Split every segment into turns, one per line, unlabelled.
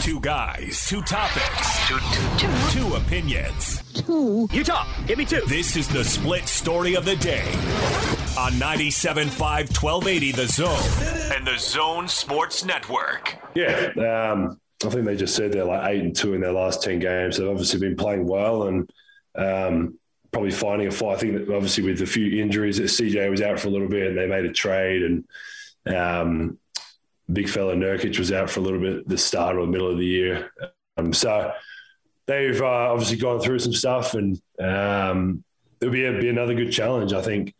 Two guys, two topics, two, two opinions.
Utah, give me two.
This is the split story of the day on 97.5 1280 The Zone and The Zone Sports Network.
Yeah, um, I think they just said they're like eight and two in their last ten games. They've obviously been playing well and um, probably finding a fight. I think that obviously with the few injuries that CJ was out for a little bit, and they made a trade and um, big fella Nurkic was out for a little bit at the start or middle of the year. Um, so they've uh, obviously gone through some stuff, and um, it'll be, be another good challenge. I think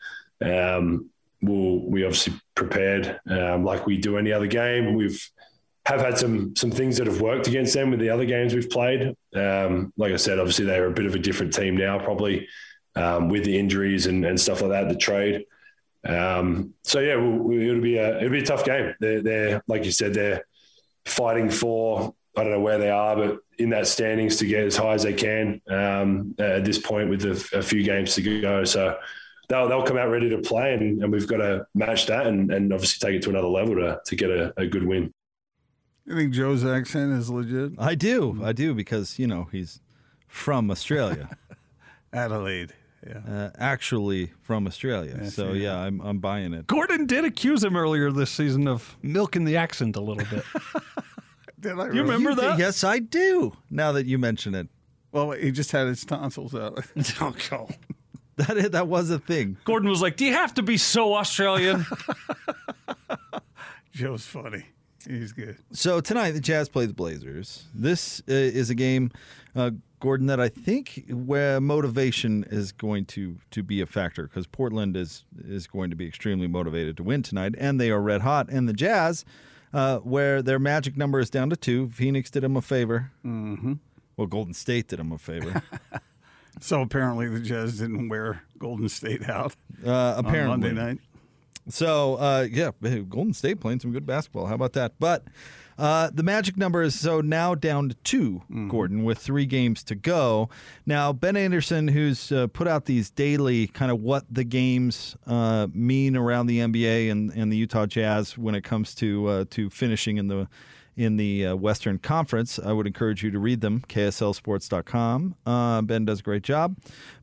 um, we'll, we obviously prepared um, like we do any other game. We've have had some some things that have worked against them with the other games we've played. Um, like I said, obviously they're a bit of a different team now, probably um, with the injuries and, and stuff like that, the trade. Um, so yeah, we, we, it'll be a it'll be a tough game. They're, they're like you said, they're fighting for I don't know where they are, but in that standings to get as high as they can um, at this point with a, a few games to go. So they'll they'll come out ready to play, and, and we've got to match that and, and obviously take it to another level to to get a, a good win.
You think Joe's accent is legit?
I do, I do, because you know he's from Australia,
Adelaide. Yeah.
uh, actually from Australia. so yeah, I'm I'm buying it.
Gordon did accuse him earlier this season of milking the accent a little bit.
Did I
You remember that?
Yes, I do. Now that you mention it,
Well, he just had his tonsils out.
oh, God.
that i- that was a thing.
Gordon was like, "Do you have to be so Australian?"
Joe's funny. He's good.
So tonight the Jazz play the Blazers. This uh, is a game, uh, Gordon, that I think where motivation is going to to be a factor because Portland is is going to be extremely motivated to win tonight, and they are red hot. And the Jazz, uh, where their magic number is down to two, Phoenix did them a favor. Mm-hmm. Well, Golden State did them a favor.
So apparently the Jazz didn't wear Golden State out
Uh,
on
apparently,
Monday night.
So uh, yeah, hey, Golden State playing some good basketball. How about that? But uh, the magic number is so now down to 2 Gordon, with three games to go. Now Ben Anderson, who's uh, put out these daily kind of what the games uh, mean around the NBA and, and the Utah Jazz when it comes to uh, to finishing in the in the uh, Western Conference. I would encourage you to read them, kslsports.com. Uh, ben does a great job.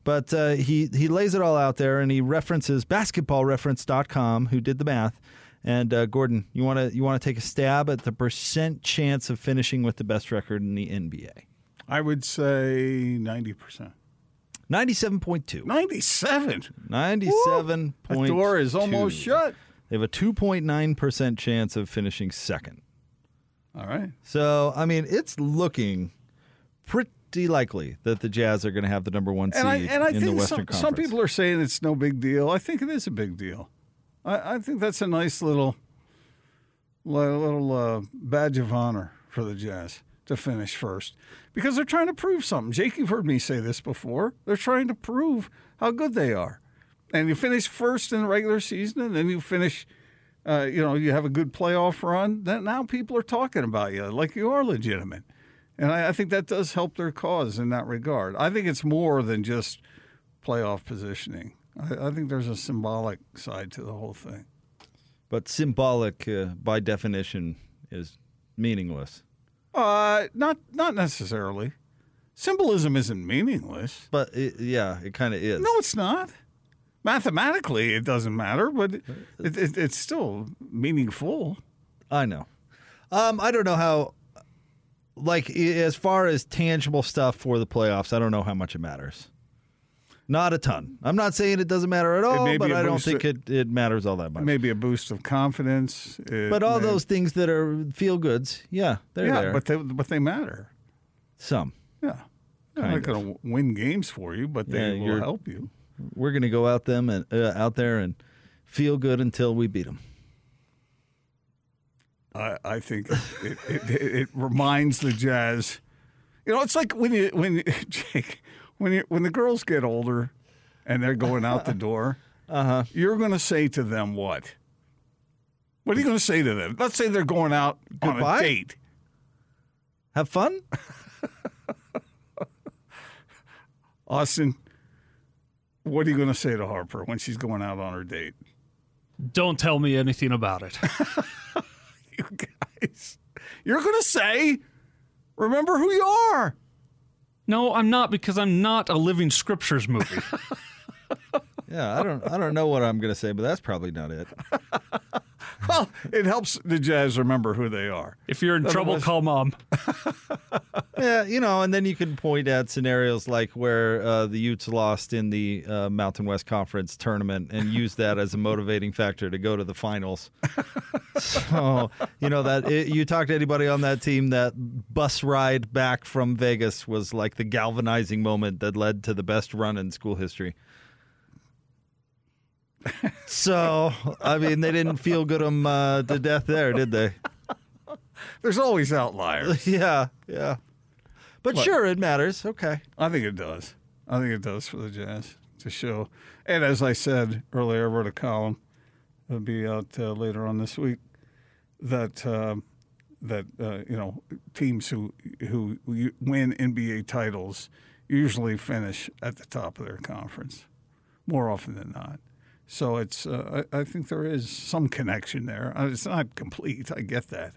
But uh, he, he lays it all out there and he references basketballreference.com, who did the math. And uh, Gordon, you want to you want to take a stab at the percent chance of finishing with the best record in the NBA?
I would say 90%.
97.2.
97? The
97.2.
door is almost shut.
They have a 2.9% chance of finishing second.
All right.
So, I mean, it's looking pretty likely that the Jazz are going to have the number one seed
And I, and I
in the
think
Western
some,
Conference.
some people are saying it's no big deal. I think it is a big deal. I, I think that's a nice little li- little uh, badge of honor for the Jazz to finish first because they're trying to prove something. Jake, you've heard me say this before. They're trying to prove how good they are. And you finish first in the regular season, and then you finish, uh, you know, you have a good playoff run. That now people are talking about you like you are legitimate. And I, I think that does help their cause in that regard. I think it's more than just playoff positioning. I, I think there's a symbolic side to the whole thing.
But symbolic, uh, by definition, is meaningless.
Uh, not not necessarily. Symbolism isn't meaningless.
But it, yeah, it kind of is.
No, it's not. Mathematically, it doesn't matter, but it, it, it's still meaningful.
I know. Um, I don't know how. Like i- as far as tangible stuff for the playoffs, I don't know how much it matters. Not a ton. I'm not saying it doesn't matter at all,
may
but
be a
I don't
boost
think it, it matters all that much.
Maybe a boost of confidence. It
But all
may-
those things that are feel goods, yeah, they're
yeah,
there.
but they but they matter.
Some.
Yeah, they're
Kind
not
of.
going to win games for you, but they
Yeah,
will
you're-
help you.
We're gonna go out them and uh, out there and feel good until we beat them.
I, I think it, it, it, it reminds the jazz. You know, it's like when you when you, Jake when you when the girls get older and they're going out the door. Uh-huh. You're going to say to them what? What are you going to say to them? Let's say they're going out on
Goodbye?
a date.
Have fun.
Austin, what are you going to say to Harper when she's going out on her date?
Don't tell me anything about it.
You guys, you're going to say Remember who you are.
No, I'm not because I'm not a living scriptures movie.
Yeah, I don't I don't know what I'm gonna say, but that's probably not it.
Well, it helps the Jazz remember who they are.
if you're in trouble, call mom.
Yeah, you know, and then you can point at scenarios like where uh, the Utes lost in the uh, Mountain West Conference tournament and use that as a motivating factor to go to the finals. so, you know, that it, you talk to anybody on that team, that bus ride back from Vegas was like the galvanizing moment that led to the best run in school history. so, I mean, they didn't feel good 'em, uh, to death there, did they?
There's always outliers.
yeah, yeah. But sure, it matters. Okay.
I think it does. I think it does for the Jazz to show. And as I said earlier, I wrote a column. It'll be out uh, later on this week. That um that uh, you know teams who who u- win NBA titles usually finish at the top of their conference more often than not. So it's uh, I, I think there is some connection there. Uh, It's not complete. I get that,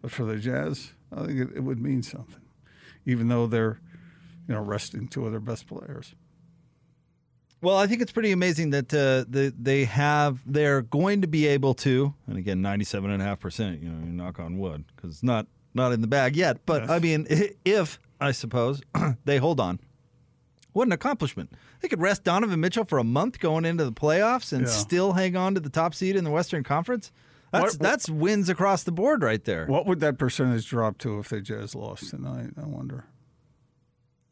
but for the Jazz, I think it, it would mean something, even though they're you know resting two of their best players.
Well, I think it's pretty amazing that uh, the, they have they're going to be able to, and again, ninety-seven and a half percent. You know, you knock on wood because it's not not in the bag yet. But I mean, i- if I suppose they hold on, what an accomplishment! They could rest Donovan Mitchell for a month going into the playoffs and
Yeah.
still hang on to the top seed in the Western Conference. That's
What-
that's wins across the board right there.
What would that percentage drop to if the Jazz lost tonight? I wonder.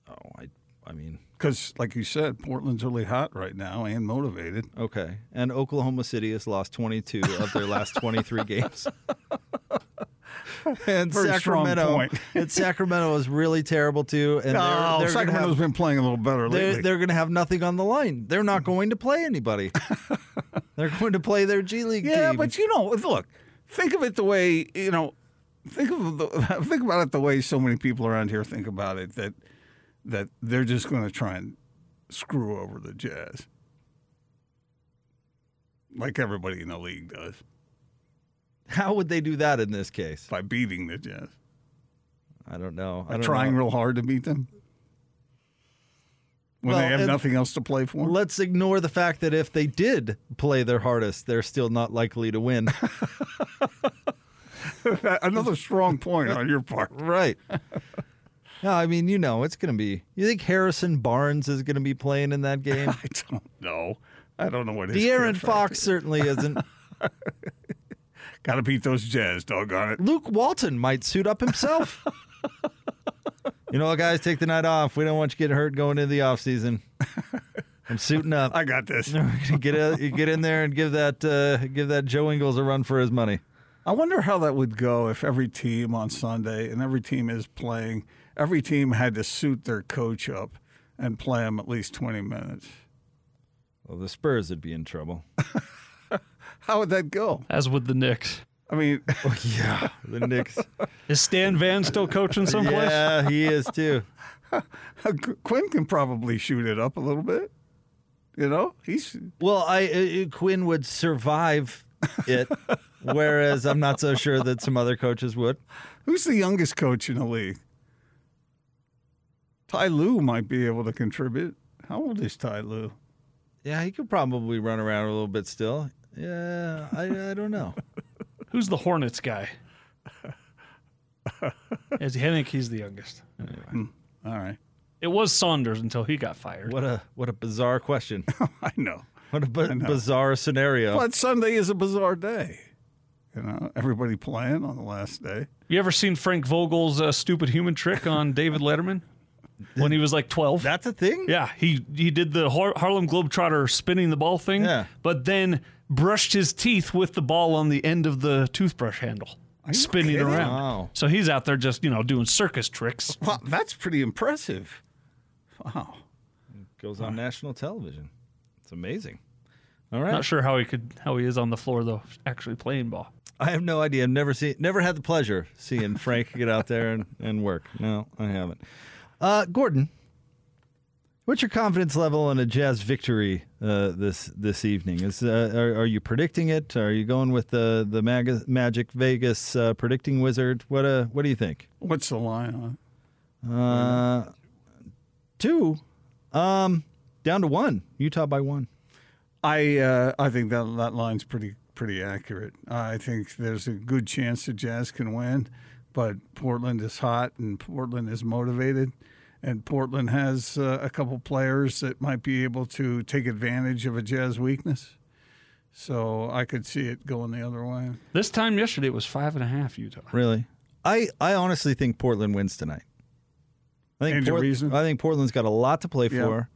Oh, I I mean,
Because, like you said, Portland's really hot right now and motivated.
okay. And Oklahoma City has lost twenty-two of their last twenty-three games.
And Very strong
Sacramento.
point.
and Sacramento is really terrible too. And they're,
oh,
they're
Sacramento's
Gonna have,
been playing a little
they're,
better lately. Mm-hmm.
they're going to have nothing on the line. They're not going to play anybody. they're going to play their G League
yeah,
team.
but you know, look, think of it the way you know, think of the, think about it the way so many people around here think about it that that they're just going to try and screw over the Jazz, like everybody in the league does
how would they do that in this case?
by beating the Jazz,
I don't know. I
by
don't
trying
know.
real hard to beat them when
Well,
they have
and-
nothing else to play for.
Let's ignore the fact that if they did play their hardest, they're still not likely to win.
Another strong point on your part.
right. No, I mean, you know, it's going to be. You think Harrison Barnes is going to be playing in that game?
I don't know. I don't know what his
De'Aaron Fox certainly isn't.
Got to beat those Jazz, doggone it.
Luke Walton might suit up himself. you know what, guys, take the night off. We don't want you getting hurt going into the offseason. I'm suiting up.
I got this.
get a, you get in there and give that uh, give that Joe Ingles a run for his money.
I wonder how that would go if every team on Sunday and every team is playing, every team had to suit their coach up and play him at least 20 minutes.
Well, the Spurs would be in trouble.
How would that go?
As with the Knicks,
I mean,
yeah, the Knicks.
is Stan Van still coaching someplace?
yeah, he is too.
Quinn can probably shoot it up a little bit. You know, he's
Well, I uh, Quinn would survive it, whereas I'm not so sure that some other coaches would.
who's the youngest coach in the league? Ty Lue might be able to contribute. How old is Ty Lue?
Yeah, he could probably run around a little bit still. Yeah, I, I don't know.
Who's the Hornets guy? As I think he's the youngest.
All right.
It was Saunders until he got fired.
What a what a bizarre question.
I know.
What a b- bizarre scenario.
But Sunday is a bizarre day. You know, everybody playing on the last day.
You ever seen Frank Vogel's uh, stupid human trick on David Letterman when he was like 12?
That's a thing.
yeah, he he did the Har- Harlem Globetrotter spinning the ball thing,
Yeah.
but then brushed his teeth with the ball on the end of the toothbrush handle, spinning
kidding?
around.
Wow.
So he's out there just, you know, doing circus tricks.
Wow, that's pretty impressive. Wow.
Goes on national television. It's amazing. All right.
Not sure how he could how he is on the floor though, actually playing ball.
I have no idea. I've never seen, never had the pleasure of seeing Frank get out there and, and work. No, I haven't. Uh, Gordon, What's your confidence level in a Jazz victory uh, this this evening? Is uh, are, are you predicting it? Are you going with the the Mag- Magic Vegas uh, predicting wizard? What uh, what do you think?
What's the line on?
Uh, two, um, down to one. Utah by one.
I uh, I think that that line's pretty pretty accurate. I think there's a good chance the Jazz can win, but Portland is hot and Portland is motivated, and Portland has uh, a couple players that might be able to take advantage of a Jazz weakness. So I could see it going the other way.
This time yesterday it was five and a half Utah.
Really? I, I honestly think Portland wins tonight. I think,
Any reason?
I think Portland's got a lot to play
Yeah.
for.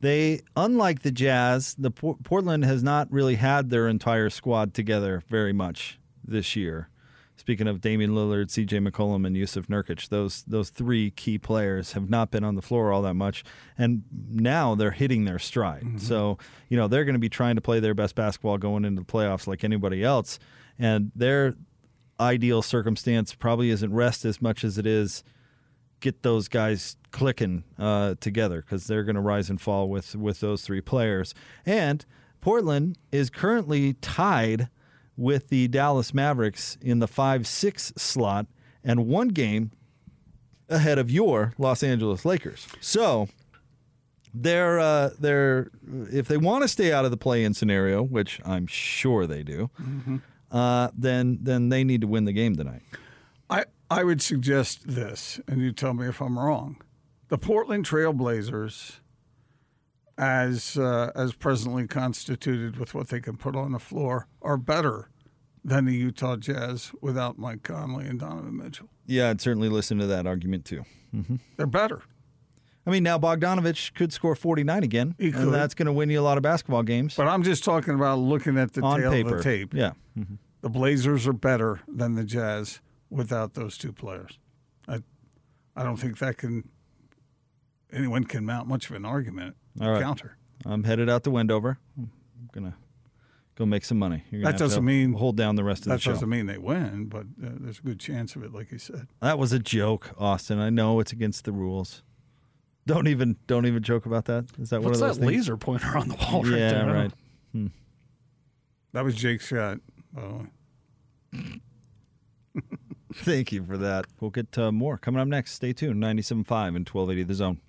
They, unlike the Jazz, the Por- Portland has not really had their entire squad together very much this year. Speaking of Damian Lillard, C.J. McCollum, and Yusuf Nurkic, those those three key players have not been on the floor all that much, and now they're hitting their stride. So you know they're going to be trying to play their best basketball going into the playoffs like anybody else, and their ideal circumstance probably isn't rest as much as it is get those guys clicking uh, together because they're going to rise and fall with with those three players. And Portland is currently tied with the Dallas Mavericks in the five six slot and one game ahead of your Los Angeles Lakers. So they're uh, they're if they want to stay out of the play in scenario, which I'm sure they do. Uh, then, then they need to win the game tonight.
I, I would suggest this, and you tell me if I'm wrong. The Portland Trailblazers, as uh, as presently constituted with what they can put on the floor, are better than the Utah Jazz without Mike Conley and Donovan Mitchell.
Yeah, I'd certainly listen to that argument too.
They're better.
I mean, now Bogdanovich could score 49 again.
He could.
And that's going to win you a lot of basketball games
But I'm just talking about looking at the
on
tail
paper.
of the tape.
Yeah.
The Blazers are better than the Jazz without those two players. I I don't think that can anyone can mount much of an argument
All right.
counter.
I'm headed out to Wendover. I'm going to go make some money. You're gonna
That
have to
doesn't mean-
hold down the rest of the
That
show.
doesn't mean they win, but uh, there's a good chance of it, like you said.
That was a joke, Austin. I know it's against the rules. Don't even don't even joke about that. Is that
What's
one of
that
those things?
laser pointer on the wall right
yeah,
there?
right.
That was Jake's shot. by the way.
Thank you for that. We'll get uh, more coming up next. Stay tuned. 97.5 and 1280 The Zone.